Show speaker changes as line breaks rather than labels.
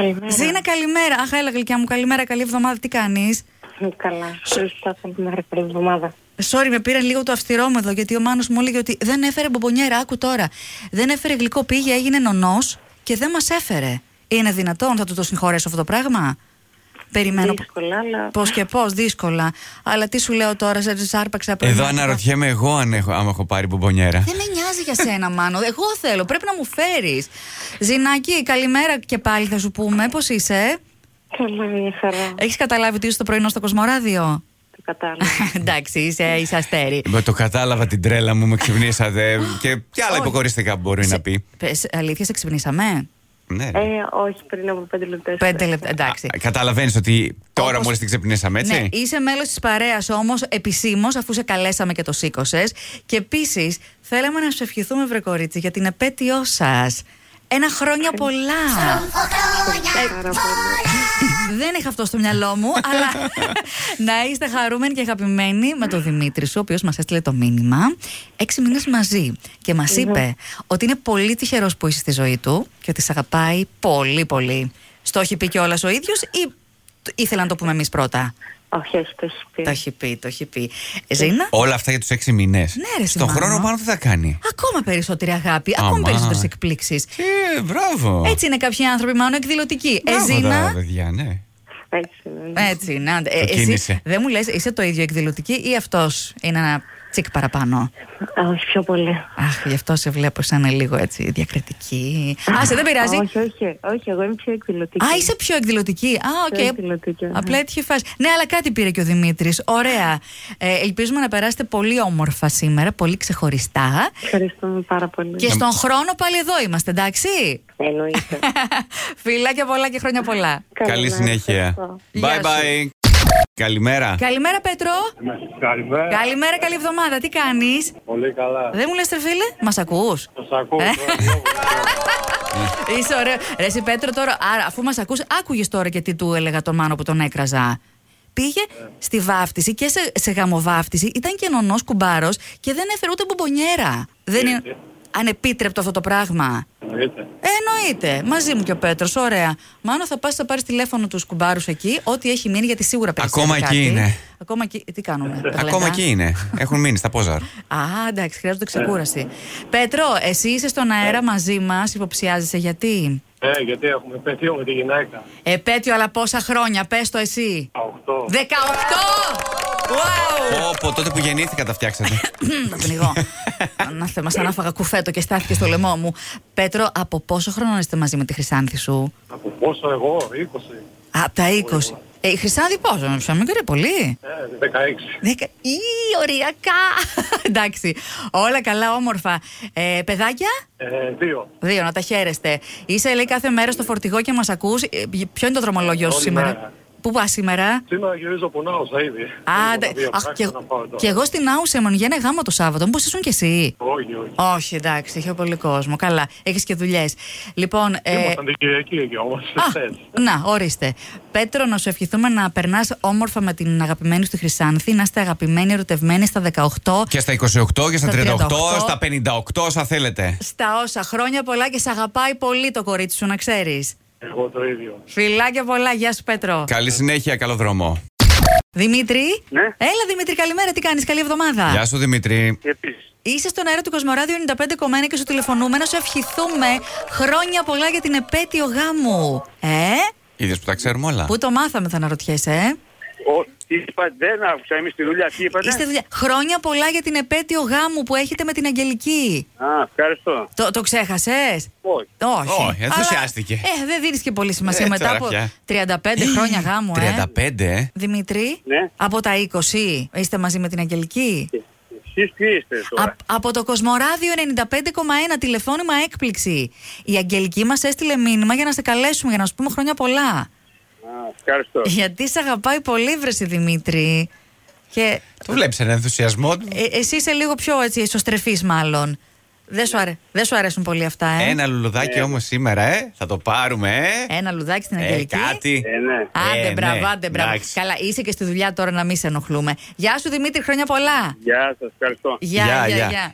Καλημέρα.
Ζήνα, καλημέρα. Αχ, έλα γλυκιά μου, καλημέρα, καλή εβδομάδα. Τι κάνεις.
Καλά. Χρήστα από την μέχρι πριν εβδομάδα.
Sorry, με πήραν λίγο το αυστηρόμετρο γιατί ο Μάνος μου έλεγε ότι δεν έφερε μπομπονιέρα. Άκου τώρα. Δεν έφερε γλυκό, πήγε, έγινε νονός και δεν μας έφερε. Είναι δυνατόν, θα του το συγχωρέσω αυτό το πράγμα. Περιμένω.
Δύσκολα, αλλά.
Πώς και πώς, δύσκολα. Αλλά τι σου λέω τώρα, σε σε άρπαξα πριν.
Εδώ αναρωτιέμαι εγώ αν έχω, άμα έχω πάρει μπομπονιέρα.
Δεν με νοιάζει για σένα, Μάνο. Εγώ θέλω, πρέπει να μου φέρεις. Ζινάκη, καλημέρα και πάλι θα σου πούμε. Πώς είσαι,
Καλά, μια χαρά.
Έχεις καταλάβει ότι είσαι το πρωινό στο Κοσμοράδιο.
Το κατάλαβα.
Εντάξει, είσαι, είσαι αστέρι.
Μα το κατάλαβα την τρέλα μου, με ξυπνήσατε και, και άλλα υποκοριστικά που μπορεί να πει.
Πες, αλήθεια, σε ξυπνήσαμε.
Ναι.
Ε, όχι, πριν από πέντε λεπτά.
Πέντε λεπτά, εντάξει.
Καταλαβαίνεις ότι τώρα
Όπως-
μόλις την ξυπνήσαμε, έτσι.
Ναι, είσαι μέλος της παρέας όμως επισήμως, αφού σε καλέσαμε και το σήκωσες. Και επίσης θέλαμε να σου ευχηθούμε, βρε κορίτσι, για την επέτειό σας. Ένα χρόνια πολλά.
Πάρα πολύ.
Δεν είχα αυτό στο μυαλό μου, αλλά να είστε χαρούμενοι και αγαπημένοι με τον Δημήτρη σου, ο οποίος μας έστειλε το μήνυμα. Έξι μήνες μαζί. Και μας είπε ότι είναι πολύ τυχερός που είσαι στη ζωή του και ότι σε αγαπάει πολύ, πολύ. Στο έχει πει κιόλας ο ίδιος ή ήθελα να το πούμε εμείς πρώτα.
Όχι, όχι, το έχει πει.
Το έχει πει, το έχει πει. Ζήνα.
Όλα αυτά για τους έξι μήνες.
Ναι, ρε,
Στον
Σιμάνο.
χρόνο πάνω τι θα κάνει.
Ακόμα περισσότερη αγάπη, ακόμα
Αμά.
περισσότερες εκπλήξεις.
Ε, μπράβο.
Έτσι ε, είναι κάποιοι άνθρωποι, μάλλον εκδηλωτικοί.
Μπράβο τα
Εζήνα.
παιδιά, ναι.
Έτσι ναι, είναι.
Έτσι, να. Ε,
Το κίνησε.
εσύ δεν μου λες, είσαι το ίδιο εκδηλωτική ή αυτός είναι ένα τσικ παραπάνω.
Α, όχι, πιο πολύ.
Αχ, γι' αυτό σε βλέπω σαν λίγο έτσι διακριτική. Άσε, δεν πειράζει.
Όχι, όχι, όχι, εγώ είμαι πιο εκδηλωτική.
Α, είσαι πιο εκδηλωτική. Α, οκ.
Πιο εκδηλωτική, ναι.
Απλά έτυχε φάση. Ναι, αλλά κάτι πήρε και ο Δημήτρης. Ωραία. Ε, ελπίζουμε να περάσετε πολύ όμορφα σήμερα, πολύ ξεχωριστά.
Ευχαριστούμε πάρα πολύ.
Ναι.
Και στον χρόνο πάλι εδώ είμαστε, εντάξει.
Εννοείται.
Φιλάκια πολλά και χρόνια πολλά.
Καλή
Καλημέρα,
συνέχεια.
ευχαριστώ.
Γεια
Bye
σου.
bye. Καλημέρα.
Καλημέρα, Πέτρο.
Ναι, Καλημέρα.
Καλημέρα, καλή εβδομάδα. Τι κάνεις.
Πολύ καλά.
Δεν μου λες, ρε φίλε, μας ακούς.
Σας ακούω.
Ε.
Μπράβο.
Είσαι ωραίο. Ρε, εσύ, Πέτρο, τώρα, άρα, αφού μας ακούς άκουγες τώρα και τι του έλεγα τον Μάνο που τον έκραζα. Πήγε στη βάφτιση και σε, σε γαμοβάφτιση. Ήταν και νονός κουμπάρος και δεν έφερε ούτε μπομπονιέρα. Δεν είναι ανεπίτρεπτο αυτό το πράγμα.
Εννοείται.
Ε, εννοείται. Μαζί μου και ο Πέτρος. Ωραία. Μάνο θα πας θα πάρεις τηλέφωνο τους κουμπάρους εκεί, ό,τι έχει μείνει, γιατί σίγουρα περισσεύει
Ακόμα εκεί
κάτι.
είναι.
Ακόμα εκεί. Τι κάνουμε. τα
Ακόμα
γλεντά?
εκεί είναι. Έχουν μείνει στα πόζαρα.
Α, εντάξει, χρειάζονται ξεκούραση. Πέτρο, εσύ είσαι στον αέρα μαζί μας, υποψιάζεσαι γιατί.
Ε, γιατί έχουμε πεθείο με τη γυναίκα.
Επέτειο, αλλά πόσα χρόνια, πες το εσύ.
8.
18! Wow!
Όπω τότε που γεννήθηκα τα φτιάξατε.
Να πνιγώ. Να θέμα, σαν να φάγα κουφέτο και στάθηκε στο λαιμό μου. Πέτρο, από πόσο χρόνο είστε μαζί με τη Χρυσάνθη σου,
Από πόσο εγώ, 20.
Από τα 20. Ε, η Χρυσάνθη πόσο, να ψάμε, κύριε, πολύ.
Ε, 16.
Δέκα. Ή, ωριακά. Εντάξει. Όλα καλά, όμορφα. Ε, παιδάκια,
Ε, 2.
δύο, να τα χαίρεστε. Είσαι, λέει, κάθε μέρα στο φορτηγό και μας ακούς. Ποιο είναι το δρομολόγιο σου
Όλη
σήμερα.
μέρα.
Πού πας σήμερα,
Σήμερα γυρίζω από Νάουσα ήδη.
Α,
Έχω τα δύο
αχ, και,
πράξεις να πάω τώρα.
και εγώ στην Άουσα ήμουν για ένα γάμο το Σάββατο. Μήπως ήσουν κι εσύ.
Όχι, όχι.
Όχι, εντάξει, είχε πολύ κόσμο. Καλά, έχεις και δουλειές. Λοιπόν. ε,
Ήμασταν την Κυριακή εκεί όμως.
α,
χθες.
να, ορίστε. Πέτρο, να σου ευχηθούμε να περνάς όμορφα με την αγαπημένη σου τη Χρυσάνθη, να είστε αγαπημένοι, ερωτευμένοι στα 18,
και στα 28 και στα
38,
38, στα 58, όσα θέλετε.
στα όσα χρόνια πολλά και σε αγαπάει πολύ το κορίτσι σου, να ξέρεις.
Εγώ το ίδιο.
Φιλάκια πολλά, γεια σου Πέτρο.
Καλή συνέχεια, καλό δρόμο.
Δημήτρη.
Ναι.
Έλα, Δημήτρη, καλημέρα, τι κάνεις, καλή εβδομάδα.
Γεια σου Δημήτρη.
Επίσης.
Είσαι στον αέρα του Κοσμοράδιο 95,1 και σου τηλεφωνούμε να σου ευχηθούμε χρόνια πολλά για την επέτειο γάμου. Ε,
Είδες που τα ξέρουμε όλα.
πού το μάθαμε θα αναρωτιέσαι, ε.
Τι είπα, δεν άκουσα. Είμαι στη δουλειά. Τι είπατε.
Είστε δουλειά. Χρόνια πολλά για την επέτειο γάμου που έχετε με την Αγγελική.
Α, ευχαριστώ.
Το, το ξέχασες.
Όχι.
Όχι.
Όχι, ενθουσιάστηκε.
Αλλά, ε, δεν δίνεις και πολύ σημασία
Ε,
μετά
τώρα
από
πια.
35 χρόνια γάμου, ε.
35, ε.
Δημήτρη,
Ναι.
από τα 20 είστε μαζί με την Αγγελική.
Εσεί τι είστε τώρα.
Α- από το Κοσμοράδιο 95,1 τηλεφώνημα έκπληξη. Η Αγγελική μας έστειλε μήνυμα για να σε καλέσουμε, για να σου πούμε χρόνια πολλά.
Α, ευχαριστώ.
Γιατί σε αγαπάει πολύ, βρεση Δημήτρη. Και
Το βλέπεις έναν ενθουσιασμό του.
ε, εσύ είσαι λίγο πιο έτσι, ισοστρεφής μάλλον. Δεν σου, αρέ- δεν σου αρέσουν πολύ αυτά, ε.
Ένα λουλουδάκι όμως σήμερα, ε. Θα το πάρουμε, ε.
Ένα λουδάκι στην
Ε,
Αγγελική.
κάτι.
Ε, ναι.
Άντε,
Ε,
μπράβο,
ναι,
άντε, μπράβο.
εντάξει.
Καλά, είσαι και στη δουλειά τώρα να μην σε ενοχλούμε. Γεια σου, Δημήτρη, χρόνια πολλά.
Γεια σας, ευχαριστώ.
Γεια,
Γεια,
γεια,
γεια.
γεια.